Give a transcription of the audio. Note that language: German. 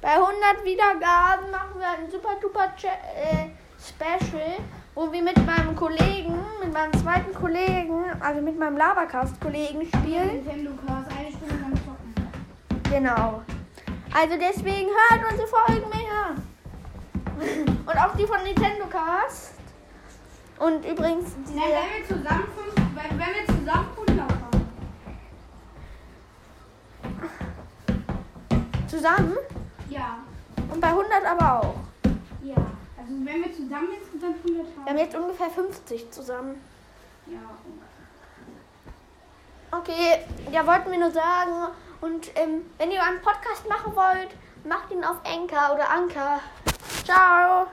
Bei 100 Wiedergaben machen wir ein super duper Cha- äh, Special, wo wir mit meinem Kollegen, mit meinem zweiten Kollegen, also mit meinem Labercast-Kollegen spielen. Nintendo Cars, eine Stunde lang zocken. Genau. Also deswegen hört unsere Folgen mehr. Und auch die von Nintendo Cast. Und übrigens diese. Nein, wenn wir zusammen fünf, wenn, wenn wir zusammen 100 haben. zusammen Ja, und bei 100 aber auch. ja. Also wenn wir zusammen insgesamt 100 Wir haben haben. jetzt ungefähr 50 zusammen. Ja, okay. Okay, ja, wollten wir nur sagen. Und ähm, wenn ihr einen Podcast machen wollt, macht ihn auf Anker oder Anker. Ciao.